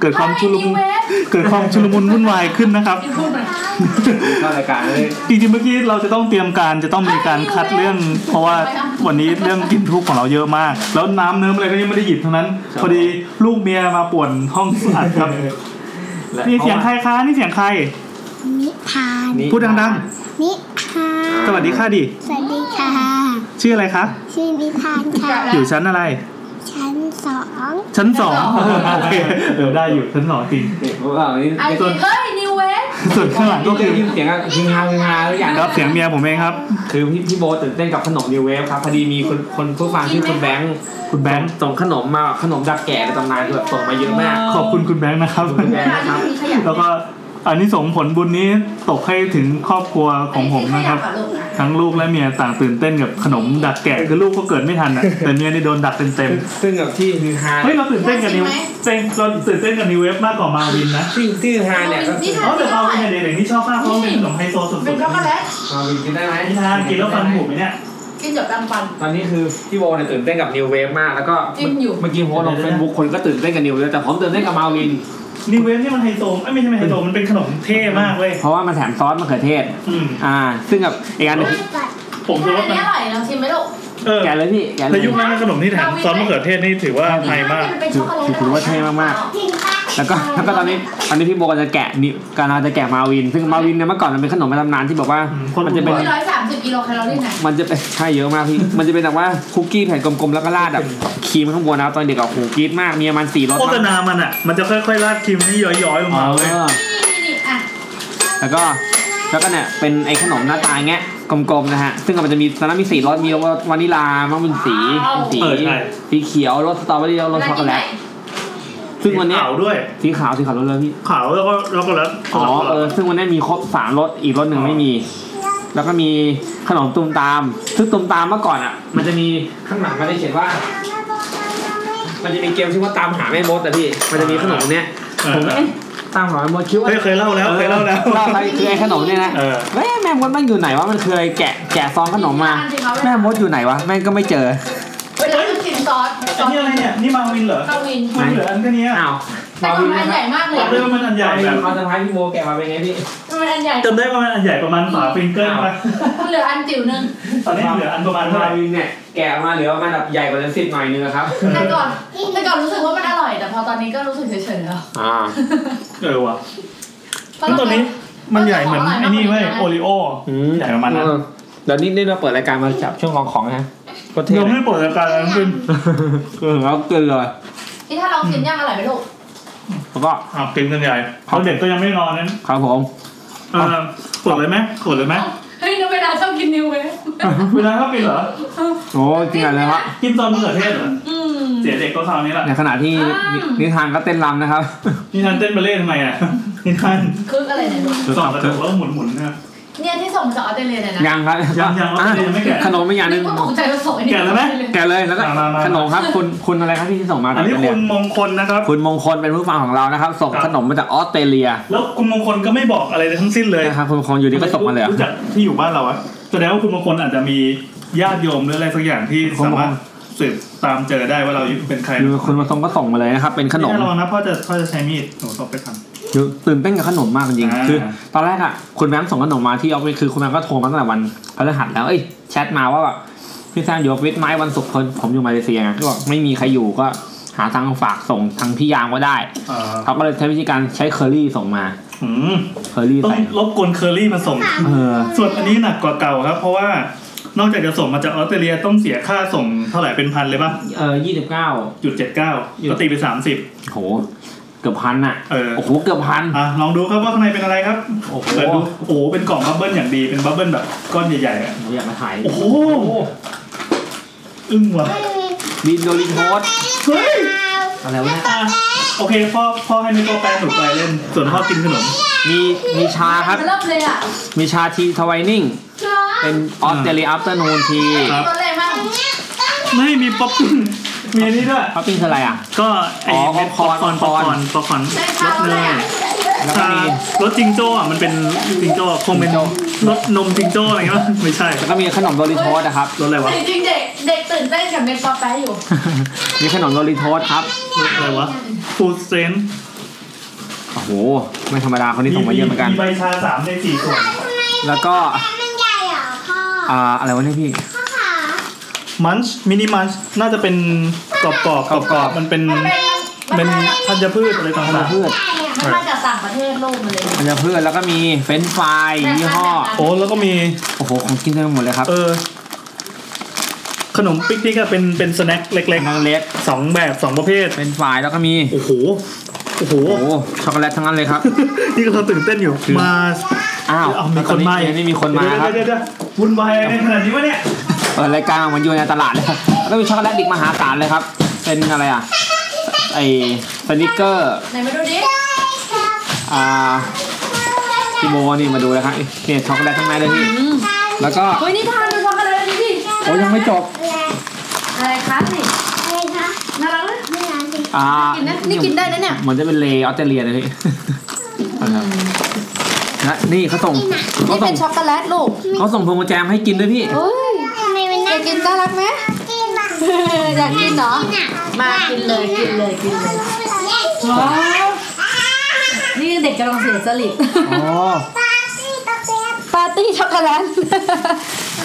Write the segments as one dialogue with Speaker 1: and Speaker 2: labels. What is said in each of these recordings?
Speaker 1: เกิดความชุลมุนเกิดความชุลมุนวุ่นวายขึ้นนะครับ
Speaker 2: เข้ารายการเลย
Speaker 1: จริงๆเมื่อกี้เราจะต้องเตรียมการจะต้องมีการคัดเรื่อง เพราะว่าวันนี้เรื่องกลิ่นทูบของเราเยอะมาก แล้วน้ำเนื้ออะไรก็ยังไม่ได้หยิบทั้งนั้น พอดีลูกเมียมาป่วนห้องอัดครับ
Speaker 2: และ
Speaker 1: นี่เสียงใครคะนี่เสียงใคร
Speaker 3: นิทาน
Speaker 2: นี่
Speaker 1: พูดดัง
Speaker 3: นิทาน
Speaker 1: ๆ สวัสดีค่ะดิ
Speaker 3: สวัสดีค่ะ
Speaker 1: ชื่ออะไรคะ
Speaker 3: ชื่อนิทานค่ะ
Speaker 1: อยู่ชั้นอะไร
Speaker 3: ชั้นสอง
Speaker 1: ชั้นสองโอเคเออได้อยู่ชั้นสองจริง
Speaker 2: นี่ผมบอกนี่
Speaker 4: ไอ้เฮ้ยนิวเวฟ
Speaker 1: ส่วนข้างหลังก็
Speaker 2: ก็คื
Speaker 1: คือ อ
Speaker 2: ยินเสียงอะยิงฮายิงฮาหรืออย่าง
Speaker 1: ครับเสียงเมียผมเองครับ
Speaker 2: คือพี่พี่โบตื่นเต้นกับขนมนิวเวฟครับพอดีมีคนคนผู้ฟังที่อคุณแบงค์
Speaker 1: คุณแบงค์
Speaker 2: ส่งขนมมาขนมดักแก่ในตำนานคือแบบส่งมาเยอะมาก
Speaker 1: ขอบคุณคุณแบงค์นะครับ
Speaker 2: คุณแบงค์
Speaker 4: ขา
Speaker 2: นะ
Speaker 4: ด
Speaker 2: ครับ
Speaker 4: มีขยะ
Speaker 1: แล้วก็อันนี้ส่งส์ผลบุญนี้ตกให้ถึงครอบครัวของผมนะครับ
Speaker 4: ขยลูกนะ
Speaker 1: ทั้งลูกและเมียต่างตื่นเต้นกับขนมดักแกะคือลูกก็เกิดไม่ทันอ่ะ แต่เมียนี่โดนดักเต็ม
Speaker 2: ซึ่งแบบที่ฮือฮา
Speaker 1: ๆเฮ้ยเราตื่นเต้นกับนิวเต้นเราตื่นเต้นกับนิวเวฟมากกว่ามาวินนะ
Speaker 2: ที่ที่ฮือฮาเนี่ยก็คือ
Speaker 1: เพราะแต่เราเป็นเด็กๆที่ชอบมากเพราะมันเป็นขนมไฮโซสุดๆ
Speaker 4: เป็นช็อกโกแลต
Speaker 2: มาวินกินได้ไหม
Speaker 1: นิทานกินแล้วฟันผุไหมเนี่ย
Speaker 4: กินกับดังฟัน
Speaker 2: ตอนนี้คือพี่โบเนี่ยตื่นเต้นกับนิวเวฟมากแล้วก็
Speaker 4: จริงอยู่
Speaker 2: เมื่อกี้โพสต์ลงเฟซบุ๊กคนก็ตื่นเต้นกับนิวเวฟแต่ผมตื่นเต้นกับมาวิน
Speaker 1: นิวเวฟนี่มันไฮโซเอ้ยไม่ใช่ไม่ไฮโซมันเป็นขนมเท่มากเว้ย
Speaker 2: เพราะว่ามันแถมซอสมะเขือเทศ
Speaker 1: อืม
Speaker 2: อ่า ซึ่งกับอีกอันหนึง
Speaker 1: ผมคิด
Speaker 4: อั
Speaker 1: ว่านมัน
Speaker 4: นี้อร่อยเราชิมไหมลูก
Speaker 1: เออ
Speaker 2: แกะเลยพี่แกะเล
Speaker 1: แต่
Speaker 2: ย
Speaker 1: ยุคนั้นนะขนมที่แถมซอสมะเขือเทศนี่ถือว่าไฮมาก
Speaker 4: เป็นช็อกโกแลต
Speaker 2: ถือว่าเท่มาก
Speaker 3: จริงปะ
Speaker 2: แล้วก็แล้วก็ตอนนี้ตอนนี้พี่โบกำลังจะแกะนิวกำลังจะแกะมาวิน ซึ่งมาวินเนี่ยเมื่อก่อนมันเป็นขนมในตำนานที่บอกว่า
Speaker 1: อืมคน
Speaker 2: มัจะเป็น
Speaker 1: รู้
Speaker 4: ร้อยสามสิบกิโลแคลอรี่นะ
Speaker 2: มันจะเป็นใช่เยอะมากพี่ มันจะเป็นแบบว่าคุกกี้แผ่นกลมๆแล้วก็ราดแบบครีมข้างบนนะครับตอนเด็กอะโหกรี๊ดมากมีประมาณสี่รส
Speaker 1: โฆษ
Speaker 2: มั้ง
Speaker 1: ณามันอ่ะ มันจะค่อยๆลาดครีมให้ย้อยๆลง
Speaker 2: อ๋
Speaker 1: มาเว้ย
Speaker 2: อ
Speaker 4: นี่นี่อ่ะ
Speaker 2: แล้วก็แล้วก็เนี่ยเป็นไอ้ขนมหน้าตาอย่างเงี้ยกลมๆนะฮะ ซึ่งมันจะมีตอนนั้นมีสีรสมีวานิลามังเป็นสีเป็นสี
Speaker 1: เออใช่
Speaker 2: สีเขียวรสสตรอเบอรี่แล้วรสช็อกโกแลตซึ่งวันเนี้ย
Speaker 1: ขาวด้วย
Speaker 2: สีขาวสีขาวรสเลยพี่
Speaker 1: ขาวแล้วก็แล้วก็แล้ว
Speaker 2: อ๋อเออซึ่งวันเนี้ยมีครบสามรสอีกรสหนึ่งไม่มี แล้วก็มีขนมตุมตามซึ่งตุมตามเมื่อก่อนอ่ะ มันจะมีข้างหลังมันจะเขียนว่า มันจะมีเกมที่ว่าตามหาแม่มดแต่พี่มันจะมีขนมเนี้ยผมก็เอ๊ะตามหาแม่มดคิดว่า
Speaker 1: เฮ้ยเคยเล่าแล้วเคยเล่าแล้ว
Speaker 2: เล่าไปคือไอ้ขนมเนี่ยนะ
Speaker 1: เออ
Speaker 2: แม่แม่มดมันอยู่ไหนวะ มันเคยแกะแกะซองขนมมา แม่มดอยู่ไหนวะ แม่ก็ไม่เจอ
Speaker 4: เวลาคือกินซอสซ
Speaker 1: อั
Speaker 4: อน ส
Speaker 1: นี้อะไรเนี่ย นี่มาวินเหรอ
Speaker 4: เกาหลี
Speaker 1: มันเหลืออันแค่เนี้ย
Speaker 2: อ้าว
Speaker 4: แต่ทำไมอันใหญ่มากเลย
Speaker 1: จำได้ว่ามันอันใหญ่
Speaker 2: มาวิ
Speaker 1: แบ
Speaker 2: น
Speaker 1: บ
Speaker 2: เขาจะพายพี่โบแกะมาเป็นไงพี่
Speaker 4: ทำไมอันใหญ่
Speaker 1: จำได้ว่ามันอันใหญ่ประมาณฝาฟิงเกอร์ปะ
Speaker 4: เหลืออันจิ๋วหนึง
Speaker 1: ตอนนี้เหลืออันประมาณเท่าไห
Speaker 2: มา
Speaker 1: ร่
Speaker 2: วินเนี่ยแกะมาเหลือประมาณแบบใหญ่กว่าเลนสิบหน่อยนึงอะครับ
Speaker 4: แต่ก่อนแต่ก่อนรู้สึกว่ามันอร่อย แต่พอตอนนี้ก็รู้สึกเฉยๆแล้ว
Speaker 2: อ่า
Speaker 1: เออว่ะแล้วตอนนี้มันใหญ่เหมือนไอ้นี่เว้ยโอริโอ
Speaker 2: อืม
Speaker 1: ใหญ่ประมาณนั้น
Speaker 2: เดี๋ยวนี้นี่เราเปิดรายการมาจับช่วงลองของนะก็เท่
Speaker 1: เรา
Speaker 2: นะ
Speaker 1: ไม่เปิดรายการแล้วขึ้น
Speaker 2: เออเราเกินเลย
Speaker 4: ที่ถ้าลองกินย่างอร่อยไหมลูก
Speaker 2: แล้วก็
Speaker 1: อ้าวกินกันใหญ่เขาเด็กก็ยังไม่นอนนั้น
Speaker 2: ครับผม
Speaker 1: เออกดเลยไหมกดเลยไหม
Speaker 4: เฮ้ยนุ้เวลาชอบกินนิวเวฟ
Speaker 1: เวลาเขากินเหรอ
Speaker 2: โอ้จริงอะไรวะ
Speaker 1: กินตอนมะเขือเทศเหรอ
Speaker 4: อืม
Speaker 1: เสียเด็กก็คราวนี้แหละ
Speaker 2: ในขณะที่นินิทานก็เต้นรำ นะครับ
Speaker 1: นี่ท่านเต้นบัลเล่ต์ทำไมอ่ะนี่ท่าน
Speaker 4: คึกอะไรเนี่ยลูก
Speaker 1: สอบกระจกแล้วหมุนหมุนๆนะครับ
Speaker 4: เนี่ยที่ส่งมาจากออสเตรเลียเนี่ยนะ
Speaker 2: ยังครับ
Speaker 1: ยังยัง
Speaker 2: อ่ะ
Speaker 1: ยังไม่แกะ
Speaker 2: ขนมไม่อย่างห
Speaker 4: นึ
Speaker 2: นึ
Speaker 4: ก
Speaker 2: ง
Speaker 4: ว่าตกใจว่าส่งอ้
Speaker 1: แกะแล้วไหม
Speaker 2: แกะเลยแล้วก็
Speaker 1: มามามา
Speaker 2: ขนมครับคุณคุณอะไรครับที่ส่งมา
Speaker 1: อันนี้
Speaker 2: จาก
Speaker 1: คุ
Speaker 2: เย
Speaker 1: ณมงคลนะครับ
Speaker 2: คุณมงคลเป็นผู้ฟังของเรานะครับ ส่ง
Speaker 1: ครับ
Speaker 2: ขนมมาจากออสเตรเลีย
Speaker 1: แล้วคุณมงคลก็ไม่บอกอะไรเลยทั้งสิ้นเลย
Speaker 2: นะครับคุณมงคลอยู่ดีก็ส่งมาเลยอะ
Speaker 1: รู้จักที่อยู่บ้านเราอะแสดงว่าคุณมงคลอาจจะมีญาติโยมหรืออะไรสักอย่างที่สามารถสืบตามเจอได้ว่าเราเป็นใคร
Speaker 2: คือคุณมาส่งก็ส่งมาเลยนะครับ เป็นขนม
Speaker 1: นี่ระวังนะพ่อจะพ่อจะใช้มีดหนูตบไปท
Speaker 2: คือตื่นเต้นกับขนมมากจริง
Speaker 1: อ่า
Speaker 2: ๆคือ ตอนแรกอ่ะคุณแบงค์ส่งขนมมาที่ออฟฟิศคือคุณแบงค์ก็โทรมาตั้งแต่วันพฤหัสแล้วเอ้ยแชทมาว่าแบบพี่แซมอยู่ออฟฟิศไหมวันศุกร์คนผมอยู่มาเลเซียไงก็บอกไม่มีใครอยู่ก็หาทางฝากส่งทางพี่ยามก็ได้
Speaker 1: ำอ่า
Speaker 2: เขาก็เลยใช้วิธีการใช้เคอรี่ส่งมา
Speaker 1: อืม
Speaker 2: เคอรี่
Speaker 1: ต้อง
Speaker 2: ใส่
Speaker 1: ลบกลเคอรี่มาส่ง
Speaker 2: เออ
Speaker 1: ส่วนอันนี้หนักกว่าเก่าครับ เพราะว่านอกจากจะส่งมาจากออสเตรเลียต้องเสียค่าส่งเท่าไหร่เป็นพันเลยป่ะ
Speaker 2: เออยี่สิบเก้า
Speaker 1: จุดเจ็ดเก้า
Speaker 2: อยู่
Speaker 1: ก็ตีไปสามสิบ
Speaker 2: โห เกือบพันอ่ะ
Speaker 1: เออ
Speaker 2: โอ้โห เกือบพัน
Speaker 1: อ่ะลองดูครับว่าข้างในเป็นอะไรครับ
Speaker 2: โอ้โห
Speaker 1: เปิดดูโอ้โหเป็นกล่องบับเบิ้ลอย่างดีเป็นบับเบิ้ลแบบก้อนใหญ่ๆอ่ะ
Speaker 2: ผมอยากมาถ่าย
Speaker 1: โอ้โหอึ้งว่ะ
Speaker 2: บินโดริโทส
Speaker 1: เฮ้ย
Speaker 2: อะไรวะเนี่ย
Speaker 1: อ่ะโอเคพ่อพ่อให้นิโกแปนหนูไปเล่น ส่วนพ่อกินขนม
Speaker 2: มีมีชาครับ
Speaker 4: เริ่มเลยอ่ะ
Speaker 2: มีชาทีทวายนิ่ง เป็นออสเตรเลียอัฟเตอร์นูนที
Speaker 1: ครับ
Speaker 4: รสอะไรบ้าง
Speaker 1: ไม่มีป๊อปปิ้งมีอันนี้ด้วย
Speaker 2: เขาปิ้งคืออะไรอ่ะ
Speaker 1: ก็ไอ้
Speaker 2: อ๋อ
Speaker 1: เม็ด
Speaker 2: ป๊
Speaker 1: ป๊
Speaker 2: อ
Speaker 1: อ
Speaker 2: ป
Speaker 1: ป
Speaker 2: ค
Speaker 1: ค
Speaker 2: อ
Speaker 1: อ
Speaker 2: ร์
Speaker 1: ร์
Speaker 2: น
Speaker 1: น
Speaker 2: ป๊
Speaker 1: ป๊อปคอร์นป๊
Speaker 2: อปคอร์น
Speaker 1: อปคอร์น
Speaker 4: ใช่
Speaker 1: ร
Speaker 4: ค่ะ
Speaker 1: ส
Speaker 4: รสอะ
Speaker 1: เน
Speaker 4: ไร
Speaker 1: ย
Speaker 4: อ่ะ
Speaker 2: แล้วก็
Speaker 1: อ่า
Speaker 2: มี
Speaker 1: รสจิงโจ้อ่ะมันเป็นจิงโจ้คงเป็นรสนมจิงโจ้อะไรเงี้ยไม่ใช่
Speaker 2: แล้วก็มีขนมโดริโทส นะครับ
Speaker 1: รสอะไรวะ
Speaker 4: จริงๆเด็กเด็กตื่นเต้นกับเม็ดปอปแป๊ะอยู่
Speaker 2: มีขนมโดริโทสครับ
Speaker 1: รสอะไรวะฟูเซน
Speaker 2: โห ไม่ธรรมดาคนนี้ส่งมาเยอะเหมือนกัน
Speaker 1: มีใบชาสามในสี่ส่วน
Speaker 2: แล้วก็
Speaker 3: มันใหญ่เหรอพ่อ
Speaker 2: อ่า อะไรวะเนี่ยพี่
Speaker 3: พ่อขา
Speaker 1: มันช์มินิมันช์น่าจะเป็นกรอบๆกรอบๆมันเป็นเป็นธัญพืชอะไร
Speaker 2: ธัญ
Speaker 1: ต่าง
Speaker 2: พืช
Speaker 4: มันมาจากต่างประเทศโลกมาเลย
Speaker 2: ธัญพืชแล้วก็มีเฟรนช์ฟรายยี่ห้อ
Speaker 1: ๆโอ้แล้วก็มี
Speaker 2: โอ้โห ของกินเต็มไปหมดเลยครับ
Speaker 1: เออ ขนมปิ๊กนิกอะเป็นเป็นสแน็คเล็ก
Speaker 2: น้องเล็ก
Speaker 1: ๆสองแบบสองประเภท
Speaker 2: เฟรนช์ฟรายแล้วก็มี
Speaker 1: โอ้โห โอ้โห
Speaker 2: โอ้โหช็อกโกแลตทั้งนั้นเลยครับ
Speaker 1: นี่ก็เราตื่นเต้นอยู่
Speaker 2: คือ
Speaker 1: มา
Speaker 2: อ้าว
Speaker 1: เอามีคนมา
Speaker 2: ตอนี่มีคนมาครับ
Speaker 1: เดี๋ยวๆเดี๋ยวๆวุ่นวายอะไรขนาดนี้วะเนี่ย
Speaker 2: เปิดรายการเหมือนอยู่ในตลาดเลยครับแล้วก็มีช็อกโกแลตอีกมหาศาลเลยครับ เป็นอะไรอ่ะ ไอสนิกเกอร์
Speaker 4: ไหนมาดูดิ
Speaker 2: อ่าพี่โมนี่มาดูเลยครับเนี่ยช็อกโกแลตทั้งนั้นเลยพี่แล้วก็
Speaker 4: เฮ้ยนี่ทานดูช็อกโกแลตอันนี้ดิ
Speaker 2: โอ้ยังไม่จบ
Speaker 4: อะไรคะสิ
Speaker 3: อะไรคะ
Speaker 4: น่ารักนะ
Speaker 3: ไม่ร้านสิ
Speaker 2: อ่า
Speaker 4: กินนะนี่กินได้นะเนี่ย
Speaker 2: เหมือนจะเป็นเลย์ออสเตรเลียเลยพี่นะครับนะนี่เขาส่งเขา
Speaker 4: นี่
Speaker 2: ส่
Speaker 4: เป็
Speaker 2: ง
Speaker 4: นช็อกโกแลตลูก
Speaker 2: เขาส่งพวงกุญแจมาให้กินด้วยพี่
Speaker 4: เฮ้ย
Speaker 3: ทำไมมันน่า
Speaker 4: อา
Speaker 3: ย
Speaker 4: กกินน่ารักไหม
Speaker 3: กินอ่ะ
Speaker 4: อยากกินเหรอ
Speaker 3: น่ะ
Speaker 4: มากินเลยกินเลยกินเลย
Speaker 3: ว้า
Speaker 4: ว้าวนี่เด็กกำลังเสียสลิด
Speaker 2: อ๋อ
Speaker 3: ปาซี่ตะเกียบ
Speaker 4: ปาร์ตี้ช็อกโกแลต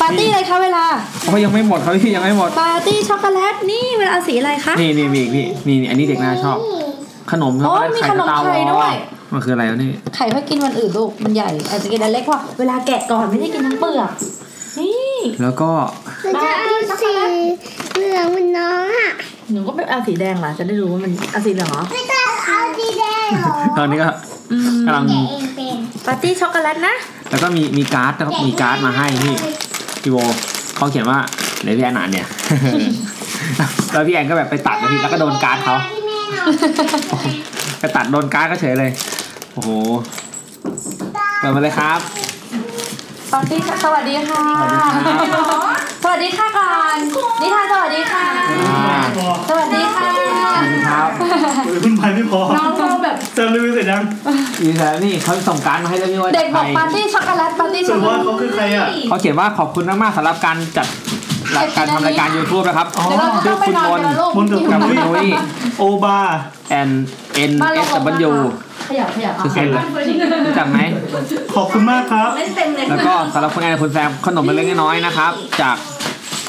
Speaker 4: ปาร์ตี้อะไรคะเวลา
Speaker 2: เขายังไม่หมดครับพี่ยังไม่หมด
Speaker 4: ปาร์ตี้ช็อกโกแลตนี่เวลาสีอะไรคะ
Speaker 2: นี่นี่มีอีกพี่ นี่นี่อันนี้เด็กน่าชอบ ขนมช็อกโกแลต
Speaker 4: โอ้มี
Speaker 2: ไข่
Speaker 4: ขนม
Speaker 2: สตาร์วอ
Speaker 4: ไข่ด้วย
Speaker 2: ลมันคืออะไรวะนี่
Speaker 4: ไข่ค่อยกินวันอื่นลูก มันใหญ่ อาจจะกินอันเล็กกว่า เวลาแกะก่อนไม่ได้กินทั้งเปลือก นี่
Speaker 2: แล้วก็
Speaker 3: มันจะเอาสีเหลืองมันน้องอ่ะ
Speaker 4: หนูก็ไปเอาสีแดงเหรอ จะได้รู้ว่ามันเอาสีเหลืองเหรอ
Speaker 3: ไม่ต้องเอาสีแดงหรอ
Speaker 2: ตอนนี้ก็
Speaker 4: อืม
Speaker 2: กำลัง
Speaker 3: แกะเองเป็น
Speaker 4: ปาร์ตี้ช็อกโกแลตนะ
Speaker 2: แล้วก็มีมีการ์ดนะครับ มีการ์ดมาให้พี่ พี่โบเขาเขียนว่าเดี๋ยวพี่แอนอ่าน เนี่ย แล้วพี่แอนก็แบบไปตัดนะพี่แล้วก็โดนการ์ดเขา ไปตัดโดนการ์ดก็เฉยเลย โอ้โห เปิดมาเลยครับ
Speaker 4: ปาร์ตี้สวัสดีค่ะ สวัสดีค่ะก่อน นิทานสวัสดีค่ะ
Speaker 2: อ่า
Speaker 1: พอ
Speaker 4: สวัสดีค่ะ
Speaker 2: ขอบคุณครับ
Speaker 1: วุ่นวายไม่พอ
Speaker 4: น้องเขาแบบ
Speaker 1: เติมรีวิวเสร็จยัง
Speaker 2: นี่แหละนี่เขาส่งการ์ดมาให้แล้วพี่ว่า
Speaker 4: เด็กบอก
Speaker 2: ใคร
Speaker 4: ปาร์ตี้ช็อกโกแลตปาร์ตี้
Speaker 1: ส
Speaker 4: ช็อก
Speaker 1: รุปว่า
Speaker 4: โกแลต
Speaker 1: เขาคือใครอ่ะ
Speaker 2: เขาเขียนว่าขอบคุณมากๆสำหรับการจัด
Speaker 4: เด็กกิน
Speaker 2: การทำรายการ
Speaker 4: อันนี้
Speaker 2: YouTube นะครับ
Speaker 1: อ๋อ
Speaker 4: เดี๋ยวเราจะ
Speaker 2: ชื่
Speaker 4: ต้
Speaker 2: อ
Speaker 4: องไป
Speaker 2: คุณ
Speaker 4: นอน
Speaker 2: มน
Speaker 4: กันแล้
Speaker 1: มนต์กับ
Speaker 4: วลูกที่
Speaker 1: กั
Speaker 2: กั
Speaker 1: บบพี่
Speaker 2: พี่นุ้ย
Speaker 1: โอบา
Speaker 2: แอนเอ็น
Speaker 4: บ้าน
Speaker 2: เอ
Speaker 4: เรา
Speaker 2: ส
Speaker 4: ของ
Speaker 2: บันยู
Speaker 4: ขยับขยับ
Speaker 2: คือ
Speaker 4: เอา
Speaker 2: ใครล่ะรู้จักไหม
Speaker 1: ขอบคุณมากครับ
Speaker 4: ไม่เต็มเลย
Speaker 2: แล้วก็สำหรับคุณแอนและคุณแซมขนมเล็กๆน้อยๆนะครับ จาก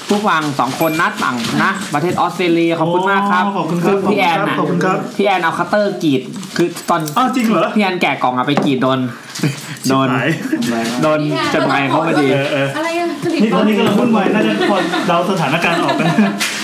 Speaker 2: ผู้ฟังสองคนนะต่างนะประเทศออสเตรเลียขอบคุณมากครับ
Speaker 1: โอ้ขอบคุณครับ
Speaker 2: พี่แอนน่ะ
Speaker 1: ขอบคุณครับ
Speaker 2: พี่แอนเอาคัตเตอร์กรีดคือตอน
Speaker 1: อ้าวจริงเหรอ
Speaker 2: พี่แอนแกะกล่องอะไปกรีดโดนโดน
Speaker 1: หาย
Speaker 2: โดนจดหมายเขาพอดี
Speaker 1: เออเออ
Speaker 4: อะไรอะผลิต
Speaker 1: นี่ตอนนี้กำลังวุ่นวายน่าจะพอเดาสถานการณ์ออกกัน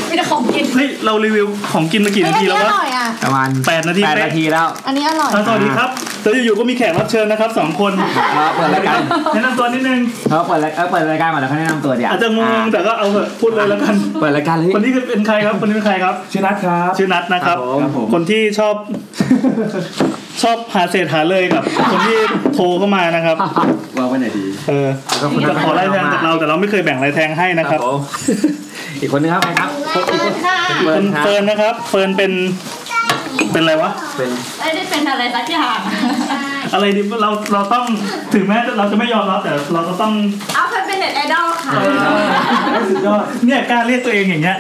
Speaker 4: มีแต่ของกิน
Speaker 1: เฮ้ย เรารีวิวของกินมากี่นาทีแล้ววะ
Speaker 4: เฮ้ยอันนี้อร่อยอ่ะ
Speaker 2: ประมาณ
Speaker 1: แปดนาที
Speaker 2: แปด
Speaker 1: เป๊ะ
Speaker 2: นาทีแล้ว
Speaker 4: อันนี้อร่อย
Speaker 1: อ่ะสวัสดีครับแล้วอยู่ๆก็มีแขกรับเชิญนะครับสองคน
Speaker 2: เราเปิดรายการ
Speaker 1: แนะนำตัวนิดนึง
Speaker 2: เราเปิดรายเออเปิดรายการก่อนแล้วเขาแนะนำตัวเดี๋ยว
Speaker 1: อาจจะงงๆแต่ก็เอาเถอะพูดเลยแล้วกัน
Speaker 2: เปิดรายการเลย
Speaker 1: คนนี้คือเป็นใครครับ คนนี้เป็นใครครับ
Speaker 5: ชื่อนัทครับ
Speaker 1: ชื่อนัทนะครับ
Speaker 5: ครับผม
Speaker 1: คนที่ชอบ ชอบหาเศษหาเลยกับ คนที่โทรเข้ามานะครับ
Speaker 5: ว่าไปไหนดี
Speaker 1: เออจะขอไล่แทงจากเราแต่เราไม่เคยแบ่งไล่แทงให้นะครับ
Speaker 5: ผม
Speaker 2: อีกคนนึงครับใครครับอีกคน
Speaker 1: ค
Speaker 2: เปิด
Speaker 1: น
Speaker 2: ครับ
Speaker 1: เฟิร์นนะครับ เฟิร์นเป็น เป็นอะไรวะ
Speaker 5: เป็น
Speaker 4: ไม่ได้เป็นอะไรสักอย่าง
Speaker 1: อะไรดีเราเราต้องถึงแม้เราจะไม่ยอมรับแต่เราก็ต้อง
Speaker 4: เอาไปเป็นเน็ตไอดอลค่ะ
Speaker 1: สุดยอดเนี่ยกล้าเรียกตัวเองอย่างเงี้ย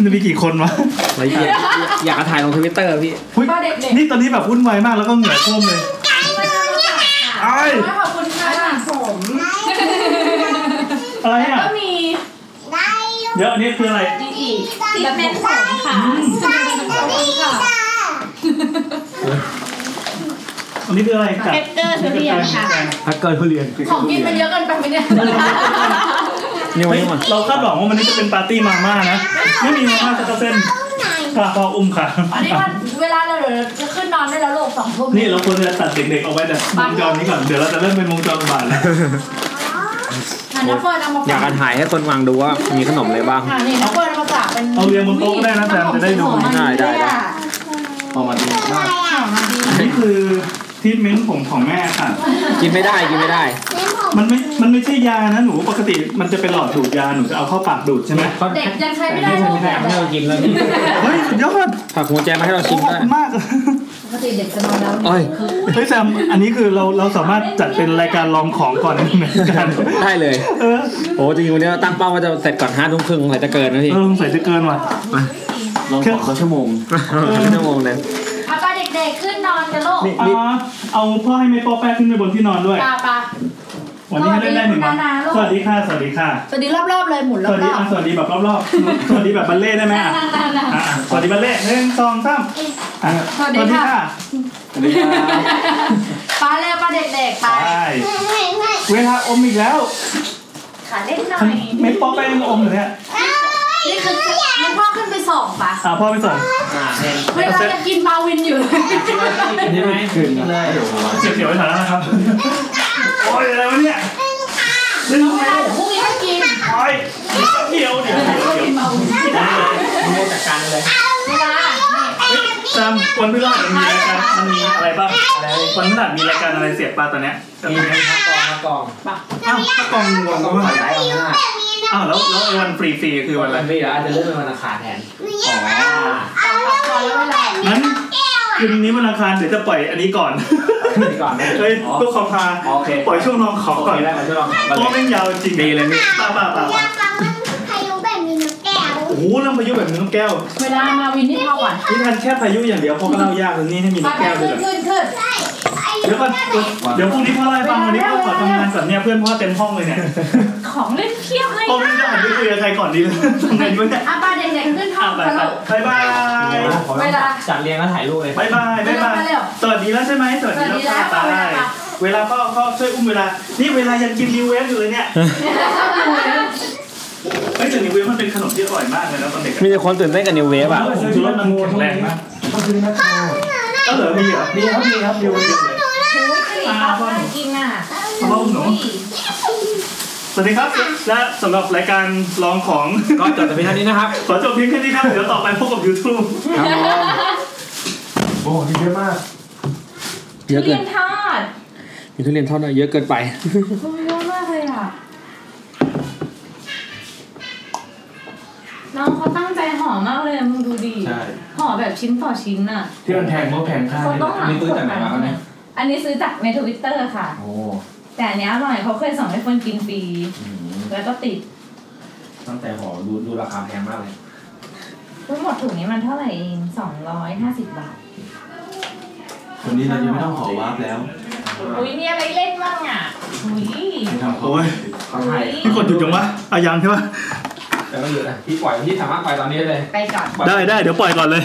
Speaker 1: มันจะมีกี่คนวะ
Speaker 2: อยากอยากจะถ่ายลงทวิตเตอร์พี่
Speaker 1: อุ๊ย
Speaker 4: ก็เด็กๆ
Speaker 1: นี่ตอนนี้แบบวุ่นวายมากแล้วก็เหงื่อท่วมเลยไอ้ย
Speaker 4: ขอบคุณค่ะผม
Speaker 1: อะไรอ่ะ
Speaker 4: ก็มี
Speaker 3: ได้ลูก
Speaker 1: เดี๋ยวอันนี้คืออะไร
Speaker 4: อีกแบบเป็นผมค่ะ
Speaker 1: อันนี้คืออะไรกับ
Speaker 4: เบเกอร์ทุเรียนค่ะ
Speaker 2: พักเกินทุเรียน
Speaker 4: ของกินมันเยอะเกินไปไหมเนี่ย
Speaker 2: นี่วัน
Speaker 1: เฮ้ย
Speaker 2: นี้หมด
Speaker 1: เราคาดหวังว่ามันจะเป็นปาร์ตี้มาม่านะ ไม่มีมาม่าสักเส้น
Speaker 3: ไหน
Speaker 1: ค่ะพออุ้มค่ะ
Speaker 4: อันนี้วันเวลาเราเดี๋ยวจะขึ้นนอนได้แล้วลูกสองทุ่ม
Speaker 1: นี่เราควรจะตัดเด็กๆเอาไว้แต่วงจรนี้ก่อน เดี๋ยวเราจะเริ่มเป็นวงจรบาทแล้ว
Speaker 4: หันน้ำเฟิร์นเอามา
Speaker 2: อยากจะถ่ายให้คนวางดูว่ามีขนมอะไรบ้าง
Speaker 4: ค่ะนี่น้ำเฟิร์นเอามาจากเป็น
Speaker 1: เอาเรียงบนโต๊ะก็ได้นะแซมจะได้ดู
Speaker 2: ได้ได้ได้
Speaker 5: พอมาดู
Speaker 3: อะไรอ่ะ
Speaker 1: นี่คือที่เม้นผมของแม่ค่ะ
Speaker 2: กินไม่ได้กินไม่ได้
Speaker 3: เล่นผม
Speaker 1: มันไม่ มันไม่ใช่ยานะหนู ปกติมันจะเป็นหลอดดูดยา หนูจะเอาเข้าปากดูดใช่ไหม
Speaker 4: เด็กยังใช้ไม่ได้
Speaker 2: ใช้
Speaker 4: ลูก
Speaker 2: ไม่ได้ให้เรากินแล้ว
Speaker 1: เฮ้ยสุดยอด
Speaker 2: ผักหัวแจมาให้เรา
Speaker 1: โอ้
Speaker 2: ชิม
Speaker 1: ขอบ
Speaker 2: ด้วย
Speaker 1: คุณมาก
Speaker 4: ปกติเด็กจะนอนแล้ว
Speaker 2: โอ้ย
Speaker 1: เฮ้ยแซม อันนี้คือเราเราสามารถจัดเป็นรายการลองของก่อนหนึ่งรายการ
Speaker 2: ได้เลย
Speaker 1: เออ
Speaker 2: โอ้จริงๆวันนี้เราตั้งเป้าว่าจะเสร็จก่อนห้าทุ่มครึ่งหลายจะเกินนะพี่
Speaker 1: เออสงสัยจะเกินว่ะ
Speaker 5: ลองของเขาชั่วโมง
Speaker 2: ชั่วโมงเลย
Speaker 4: เอาไป าเด็กๆขึ้นนอนกันลูก
Speaker 1: อ่าเอาพ่อให้ไม่โป๊อแป๊กขึ้นไปบนที่นอนด้วย
Speaker 4: ปาปา
Speaker 1: วันนี้ให้ได้ได้หนึ่งวัน
Speaker 4: ส
Speaker 1: ส
Speaker 4: วั
Speaker 1: วั
Speaker 4: ส
Speaker 1: ส
Speaker 4: ดี
Speaker 1: ดี
Speaker 4: ค่ะ
Speaker 1: ค่ะ สวัสดีค่ะ
Speaker 4: สวัสดีรอบๆเลยหมุนร
Speaker 1: ส
Speaker 4: อ
Speaker 1: วัสดี
Speaker 4: บ
Speaker 1: อ่ะ
Speaker 4: ๆ
Speaker 1: สวัสดีแบบรอบๆ สวัสดีแบบบัลเล่ต์ได้ไหมอ่ะ
Speaker 4: นั่งๆๆ
Speaker 1: อ่ะสวัสดีบัลเล่ต์หนึ่งสองสามอ่ะ
Speaker 4: สวัสดีค่ะ
Speaker 5: สวัสดีครับ
Speaker 4: ๆปาแล้วปาเด็กๆไป
Speaker 1: ใช่
Speaker 3: ไม่ไม่
Speaker 1: เวลาอมอีกแล้ว
Speaker 4: ขาเล่นหน่อย
Speaker 1: ไม่โป๊อแป๊กยังอมอยู่เนี่ย
Speaker 4: นี่คือนี่พ่อขึ้นไปส่องปะ
Speaker 1: อ่ะพ่อไปส่ง
Speaker 2: อ่าเห็น
Speaker 4: เวลาจะกินมาวินอยู่เลย
Speaker 2: เห็นไหม
Speaker 5: ขึ้นเลยเดี๋ยวผม
Speaker 1: เจ็บเขียวไปถามนะครับ โอ้ยอะไรวะเนี่ยเล่นทำไม
Speaker 4: เวลา
Speaker 1: ลูก
Speaker 4: เดี๋ยวพรุ่งนี้ให้กิน
Speaker 1: โอ้ยเดี๋ยวเดี๋ยวเดี๋ยวเดี๋ยว
Speaker 2: มันไม่จัดการเลย
Speaker 4: เวลา
Speaker 1: จำวันพฤหัสมันมีรายการมันมีอะไรบ้างวันพฤหัสมีรายการอะไรเสียบปลาตอนเนี้ย
Speaker 2: มีมีข้าวกล่องข้าวกล่อง
Speaker 1: อ้าวถ้ากองวันพฤหัส
Speaker 2: ขายออกมา
Speaker 3: แบบนี้นะ
Speaker 1: อ้าวแล้วแล้วไอ้วันฟรีฟรีๆคือวันอะไร
Speaker 2: วันนี้เดี๋ยวอาจจะเลื่อนเป็นวันอังคารแทน
Speaker 3: หนูอยากเอาเอาเรื่องนี้มาแบบนี้
Speaker 1: งั้น
Speaker 3: แก้ว
Speaker 1: คืนนี้วันอังคารเดี๋ยวจะปล่อยอันนี้ก่อน
Speaker 2: ดีก่อนไหม
Speaker 1: เฮ้ย
Speaker 2: อ๋อ
Speaker 1: พวกคอมพา
Speaker 2: โอเค
Speaker 1: ปล่อยช่วงลองขอ
Speaker 2: โอ
Speaker 1: ก่อน
Speaker 2: เคได้มาช่วยลอง
Speaker 1: เพราะว่าแม่งยาวจริงดีเลยนี่ป่าป่าป่า
Speaker 3: อยากฟังมันพายุแบบนี้นะแก้ว
Speaker 1: โอ้โหเรื่องพายุแบบนี้นกแก้ว
Speaker 4: เวลามาวินนี่พ่อก่อน
Speaker 1: นี่ทันแค่พายุอย่างเดียวพ่อก็เล่ายากแล้วนี่ให้มีน
Speaker 4: มาก ไป
Speaker 1: แก้วด้ว
Speaker 4: ขึ้
Speaker 1: ย
Speaker 4: น
Speaker 1: เหรอ
Speaker 4: ขึ้นขึ้น
Speaker 3: ใช่อายุ
Speaker 1: เดี๋ยวก่อน
Speaker 3: แค่ไหน
Speaker 1: เดี๋ยวพรุ่งนี้พ่อไล่ฟังวันนี้พ่อขอทำงานก่อนเนี่ยเพื่อนพ่อเต็มห้องเลยเนี่ย
Speaker 4: ของเล่นเพียบเลย
Speaker 1: พ่อไม่รู้จะหันไปคุยกับใครก่อนดีเลย ทำไงดีวะเนี่ย
Speaker 4: อ่ะปาเด็กๆขึ้นท้อ
Speaker 1: อ่ะ
Speaker 4: ง
Speaker 1: ไป
Speaker 4: กันลูก
Speaker 1: ไปบาย
Speaker 4: เวลา
Speaker 2: จัดเรียงแล้วถ่ายรูปเลย
Speaker 1: บายบายบายบาย
Speaker 4: เร็ว
Speaker 1: สวัสดีแล้วใช่ไหมสวัสดีแล้ว
Speaker 4: สวั
Speaker 1: ป้า
Speaker 4: สดีแล้ว
Speaker 1: ไปเวลาพ่อพ่อช่วยอุ้มเวลา นี่เวลายังกินดีเวฟอยู่เลยเนี่ย เฮ้ยแต่นิวเวฟมันเป็นขนมที่อร่อยมากเลยนะตอนเด็กอะ
Speaker 2: มีแต่คนตื่นเต้นกับนิวเวฟอ่ะ
Speaker 1: ผงชูรสมันแข็งแรงมากก็เหลือมีเหรอมีครับมีครับนิวเวฟเลย
Speaker 4: กินอ่ะ
Speaker 1: ขอบคุณหนูสวัสดีครับ และสำหรับรายการลองของ
Speaker 2: ก็จบแต่เพียงเท่านี้นะครับ
Speaker 1: ขอจบเพียงแค่นี้ครับ เดี๋ยวต่อไปพบกับ YouTube
Speaker 5: โอ้ยเยอะมาก
Speaker 2: เยอะเกิ
Speaker 4: เรี
Speaker 2: น
Speaker 4: ยนทอด
Speaker 2: มีทุเรียนทอดด้วยเยอะเกินไป
Speaker 4: โอ้ยเยอะมากเลยอ่ะ น้องเขาตั้งใจห่อมากเลยอะมึงดูดิ
Speaker 5: ใช่
Speaker 4: ห่อแบบชิ้นต่อชิ้นน่ะ
Speaker 5: ที่มันแพงเพราะแพงค่า
Speaker 4: เขาต้องหา
Speaker 5: นี่ตื้อจากไหนมาครับเนี่ย
Speaker 4: อันนี้ซื้อจากในทวิตเตอร์ค่ะ
Speaker 5: โอ้
Speaker 4: แต่อันเนี้ยอร่อยเขาเคยส่งให้คนกินฟรี แล้วก็ติด
Speaker 5: ตั้งแต่หอดูดูราคาแพงมากเลย
Speaker 4: ทั้งหมดถุงนี้มันเท่าไหร่เอง250 บาท
Speaker 5: คนนี้เราจะไม่ต้องหอวาร์ปแล้ว
Speaker 4: อุ้ยมีอะไรเล่นบ้างอ่ะอุ้ย
Speaker 5: ไม่ทำเขา
Speaker 1: โอ้ย
Speaker 2: เขาถ่าย
Speaker 1: นี่กดหยุดยังวะอายังใช่ปะ
Speaker 2: แต่ก็หยุดนะพี่ปล่อยพี่สามารถปล่อยตอนนี้เลย
Speaker 4: ไปก่อน
Speaker 1: ได้ได้เดี๋ยวปล่อยก่อนเลย